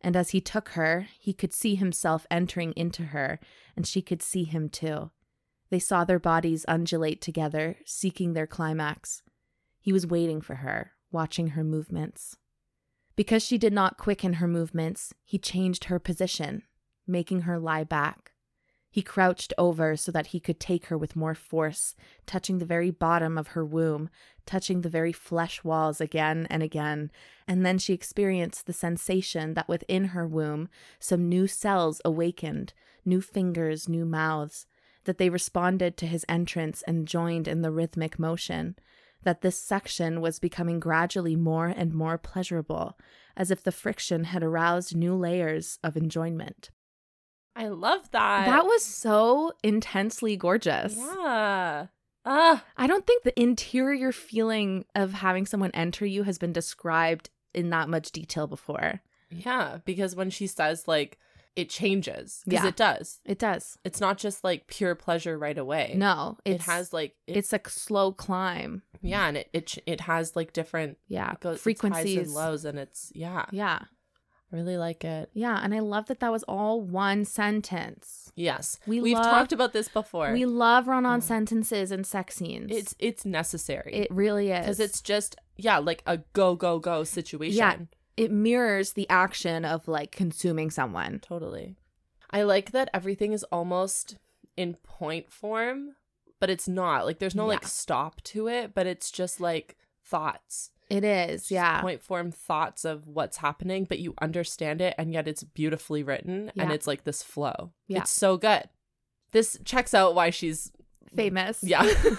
B: And as he took her, he could see himself entering into her, and she could see him too. They saw their bodies undulate together, seeking their climax. He was waiting for her, watching her movements. Because she did not quicken her movements, he changed her position, making her lie back. He crouched over so that he could take her with more force, touching the very bottom of her womb, touching the very flesh walls again and again. And then she experienced the sensation that within her womb, some new cells awakened, new fingers, new mouths that they responded to his entrance and joined in the rhythmic motion, that this section was becoming gradually more and more pleasurable, as if the friction had aroused new layers of enjoyment.
A: I love that.
B: that was so intensely gorgeous.
A: Yeah. Ah,
B: I don't think the interior feeling of having someone enter you has been described in that much detail before.
A: yeah, because when she says like it changes because
B: Yeah.
A: it does.
B: It does.
A: It's not just like pure pleasure right away.
B: No,
A: It
B: it's-
A: has like it-
B: it's a slow climb.
A: yeah, and it it ch- it has like different
B: Yeah,
A: it goes, it's
B: frequencies.
A: highs and lows, and it's yeah,
B: Yeah.
A: I really like it.
B: Yeah, and I love that that was all one sentence.
A: Yes,
B: We
A: we've
B: love-
A: talked about this before.
B: We love run-on
A: Mm.
B: sentences and sex scenes.
A: it's it's necessary
B: it really is
A: because it's just yeah, like a go go go situation.
B: it mirrors the action of like consuming someone.
A: Totally. I like that everything is almost in point form, but it's not. Like there's no like
B: Yeah.
A: stop to it, but it's just like thoughts.
B: It is,
A: Just
B: yeah.
A: Point form thoughts of what's happening, but you understand it and yet it's beautifully written and
B: Yeah.
A: it's like this flow.
B: Yeah.
A: It's so good. This checks out why she's
B: Famous.
A: yeah.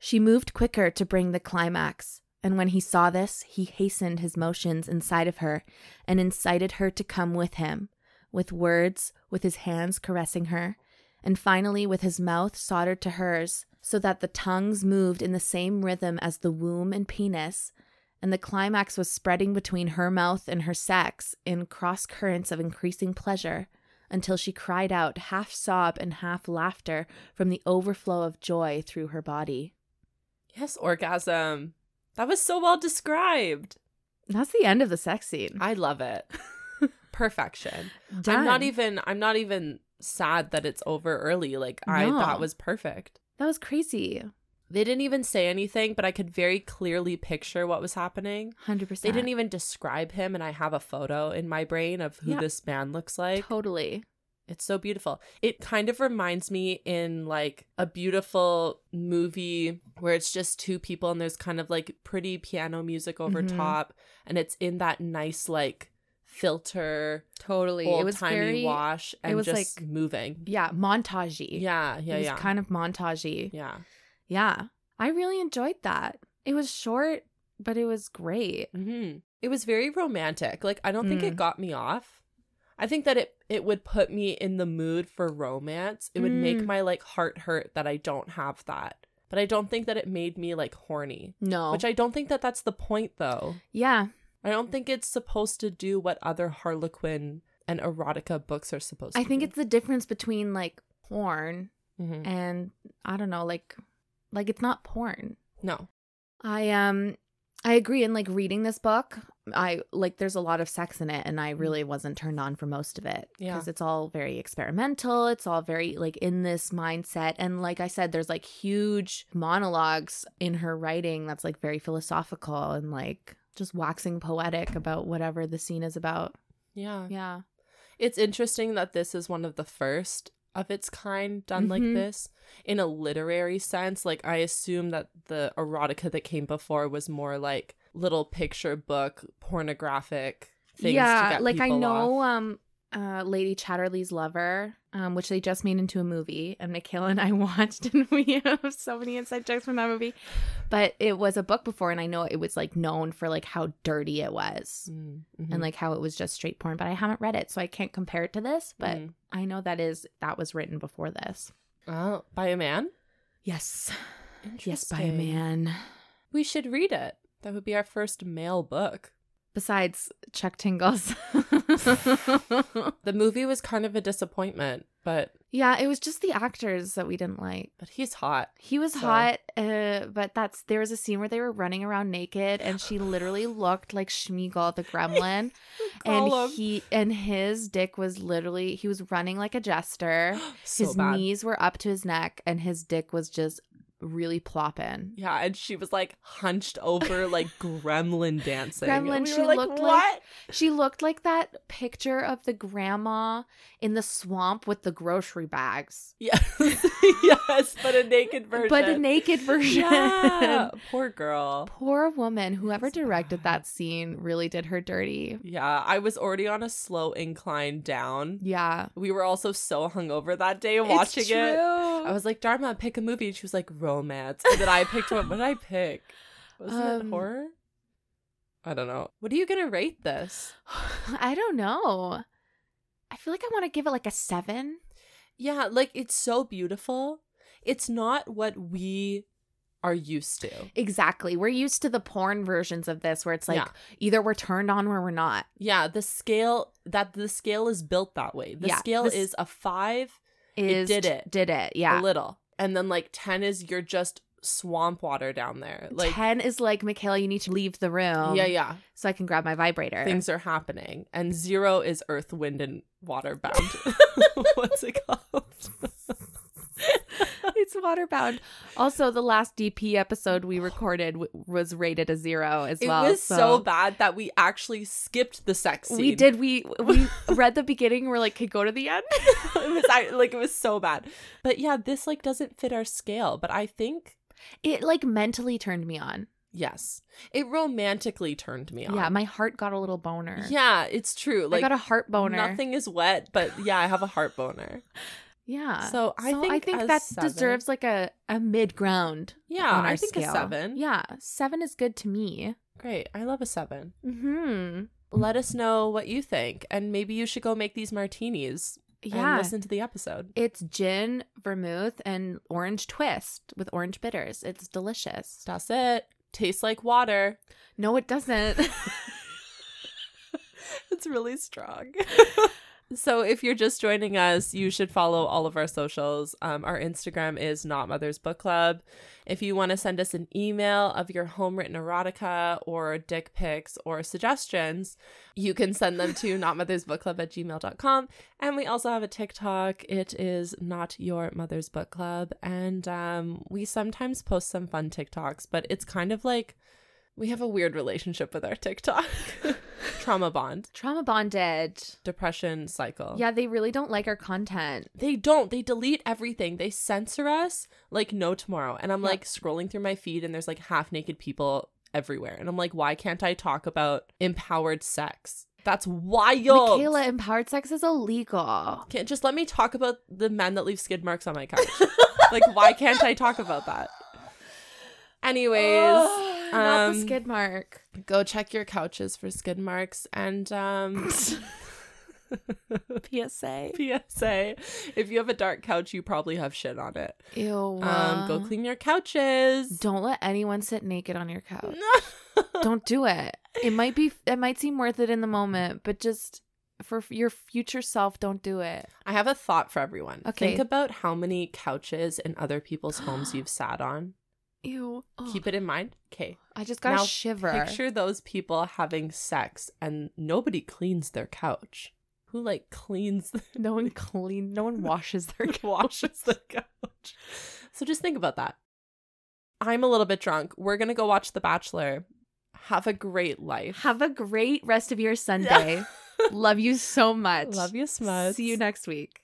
B: She moved quicker to bring the climax, and when he saw this, he hastened his motions inside of her and incited her to come with him, with words, with his hands caressing her, and finally with his mouth soldered to hers, so that the tongues moved in the same rhythm as the womb and penis, and the climax was spreading between her mouth and her sex in cross currents of increasing pleasure. Until she cried out, half sob and half laughter, from the overflow of joy through her body.
A: yes, orgasm. That was so well described.
B: That's the end of the sex scene.
A: I love it. Perfection.
B: Done.
A: I'm not even I'm not even sad that it's over early. Like I
B: No.
A: that was perfect.
B: That was crazy.
A: They didn't even say anything, but I could very clearly picture what was happening.
B: Hundred
A: They
B: percent.
A: didn't even describe him, and I have a photo in my brain of who
B: Yeah.
A: this man looks like.
B: totally.
A: It's so beautiful. It kind of reminds me in like a beautiful movie where it's just two people and there's kind of like pretty piano music over
B: Mhm.
A: top, and it's in that nice like filter
B: Totally.
A: old
B: it was
A: timey
B: very
A: wash and
B: was,
A: just
B: like-
A: moving.
B: yeah montagey.
A: Yeah,
B: it
A: yeah,
B: was
A: yeah,
B: kind of montagey.
A: yeah.
B: yeah, I really enjoyed that. It was short, but it was great.
A: hmm It was very romantic. Like I don't think it
B: Mm-hmm. Mm.
A: got me off. I think that it it would put me in the mood for romance. It would make
B: Mm.
A: my like heart hurt that I don't have that. But I don't think that it made me like horny.
B: No.
A: Which I don't think that that's the point though.
B: yeah.
A: I don't think it's supposed to do what other Harlequin and erotica books are supposed
B: I
A: to.
B: think it's the difference between like porn
A: hmm
B: and I don't know, like, like it's not porn.
A: no.
B: I um I agree in like reading this book, I like there's a lot of sex in it and I really wasn't turned on for most of it
A: Yeah.
B: because it's all very experimental, it's all very like in this mindset and like I said there's like huge monologues in her writing that's like very philosophical and like just waxing poetic about whatever the scene is about.
A: Yeah.
B: Yeah.
A: It's interesting that this is one of the first of its kind done like
B: Mhm.
A: this in a literary sense. Like, I assume that the erotica that came before was more like little picture book, pornographic things. to
B: yeah,
A: get
B: like I
A: people
B: know
A: off.
B: um uh Lady Chatterley's Lover, um, which they just made into a movie, and Michaela and I watched and we have so many inside jokes from that movie. But it was a book before and I know it was like known for like how dirty it was
A: Mm,
B: and
A: mhm,
B: like how it was just straight porn, but I haven't read it, so I can't compare it to this, but
A: mhm.
B: I know that is that was written before this.
A: oh, by a man.
B: Yes. Yes, by a
A: Interesting.
B: man.
A: We should read it. That would be our first male book.
B: Besides Chuck Tingles.
A: The movie was kind of a disappointment, but
B: yeah, it was just the actors that we didn't like.
A: but he's hot.
B: He was
A: So-
B: hot, uh, but that's there was a scene where they were running around naked, and she literally looked like Schmeagol the Gremlin, and
A: Gollum.
B: he and his dick was literally he was running like a jester.
A: so
B: his
A: bad.
B: knees were up to his neck, and his dick was just really plopping.
A: Yeah, and she was like hunched over, like gremlin dancing. And
B: Gremlin,
A: we
B: she
A: were like,
B: looked like-
A: what?
B: She looked like that picture of the grandma in the swamp with the grocery bags,
A: Yes, yes, but a naked version.
B: but a naked version.
A: Yeah, poor girl.
B: Poor woman, whoever
A: It's bad.
B: directed that scene really did her dirty.
A: Yeah, I was already on a slow incline down.
B: Yeah.
A: We were also so hungover that day
B: It's
A: watching
B: true.
A: it. I was like, Dharma, pick a movie. And she was like, romance. And then I picked one. What did I pick? Wasn't it
B: Um,
A: horror? I don't know. What are you going to rate this?
B: I don't know. I feel like I want to give it like a seven.
A: Yeah, like it's so beautiful. It's not what we are used to.
B: Exactly. We're used to the porn versions of this where it's like
A: Yeah.
B: either we're turned on or we're not.
A: Yeah, the scale that the scale is built that way. The
B: Yeah,
A: scale
B: this-
A: is a five,
B: Is
A: did it.
B: Did it. Yeah.
A: a little, and then like ten is you're just swamp water down there. Like
B: 10 is like, Michaela, you need to leave the room.
A: yeah, yeah,
B: So I can grab my vibrator.
A: things are happening, and zero is earth, wind, and water bound. What's it called?
B: it's waterbound. Also, the last DP episode we recorded w- was rated a zero as
A: It
B: well.
A: was so bad that we actually skipped the sex scene.
B: We did. We we read the beginning. We're like, could go to the end.
A: it was I, like it was so bad, but yeah, this like doesn't fit our scale. But I think
B: It like mentally turned me on.
A: Yes. It romantically turned me on.
B: Yeah, my heart got a little boner.
A: yeah, it's true. Like
B: I got a heart boner.
A: Nothing is wet, but yeah, I have a heart boner.
B: Yeah.
A: So I think a
B: that
A: seven-
B: deserves like a, a mid ground.
A: Yeah, I think a seven.
B: Yeah, seven is good to me.
A: Great. I love a seven. Mm-hmm.
B: Hmm.
A: Let us know what you think, and maybe you should go make these martinis and
B: Yeah.
A: listen to the episode.
B: It's gin, vermouth, and orange twist with orange bitters. It's delicious.
A: That's it. Tastes like water.
B: No, it doesn't.
A: It's really strong. so if you're just joining us, you should follow all of our socials. Um, our Instagram is Not Mother's Book Club. If you want to send us an email of your homewritten erotica or dick pics or suggestions, you can send them to notmothersbookclub at gmail.com. And we also have a TikTok. It is Not Your Mother's Book Club. And um, we sometimes post some fun TikToks, but it's kind of like we have a weird relationship with our TikTok. Trauma bond
B: Trauma bonded.
A: depression cycle.
B: Yeah, they really don't like our content.
A: They don't. They delete everything. They censor us like no tomorrow. And I'm
B: Yeah.
A: like scrolling through my feed and there's like half naked people everywhere. And I'm like, why can't I talk about empowered sex? That's wild.
B: Michaela, empowered sex is illegal.
A: can't just let me talk about the men that leave skid marks on my couch. like, why can't I talk about that? Anyways,
B: Oh, not the
A: um,
B: skid mark.
A: go check your couches for skid marks and um
B: PSA.
A: PSA. If you have a dark couch, you probably have shit on it.
B: Ew.
A: Um, go clean your couches.
B: Don't let anyone sit naked on your couch.
A: No.
B: don't do it. It might be it might seem worth it in the moment, but just for f- your future self, don't do it.
A: I have a thought for everyone.
B: Okay.
A: Think about how many couches in other people's homes you've sat on.
B: Ew.
A: Keep it in mind. Okay.
B: I just got
A: now
B: a shiver.
A: Picture those people having sex and nobody cleans their couch. Who like cleans the
B: no one clean. No one washes their couch.
A: washes the couch? So just think about that. I'm a little bit drunk. We're gonna go watch The Bachelor. Have a great life.
B: Have a great rest of your Sunday. Love you so much.
A: Love you, Smuts.
B: See you next week.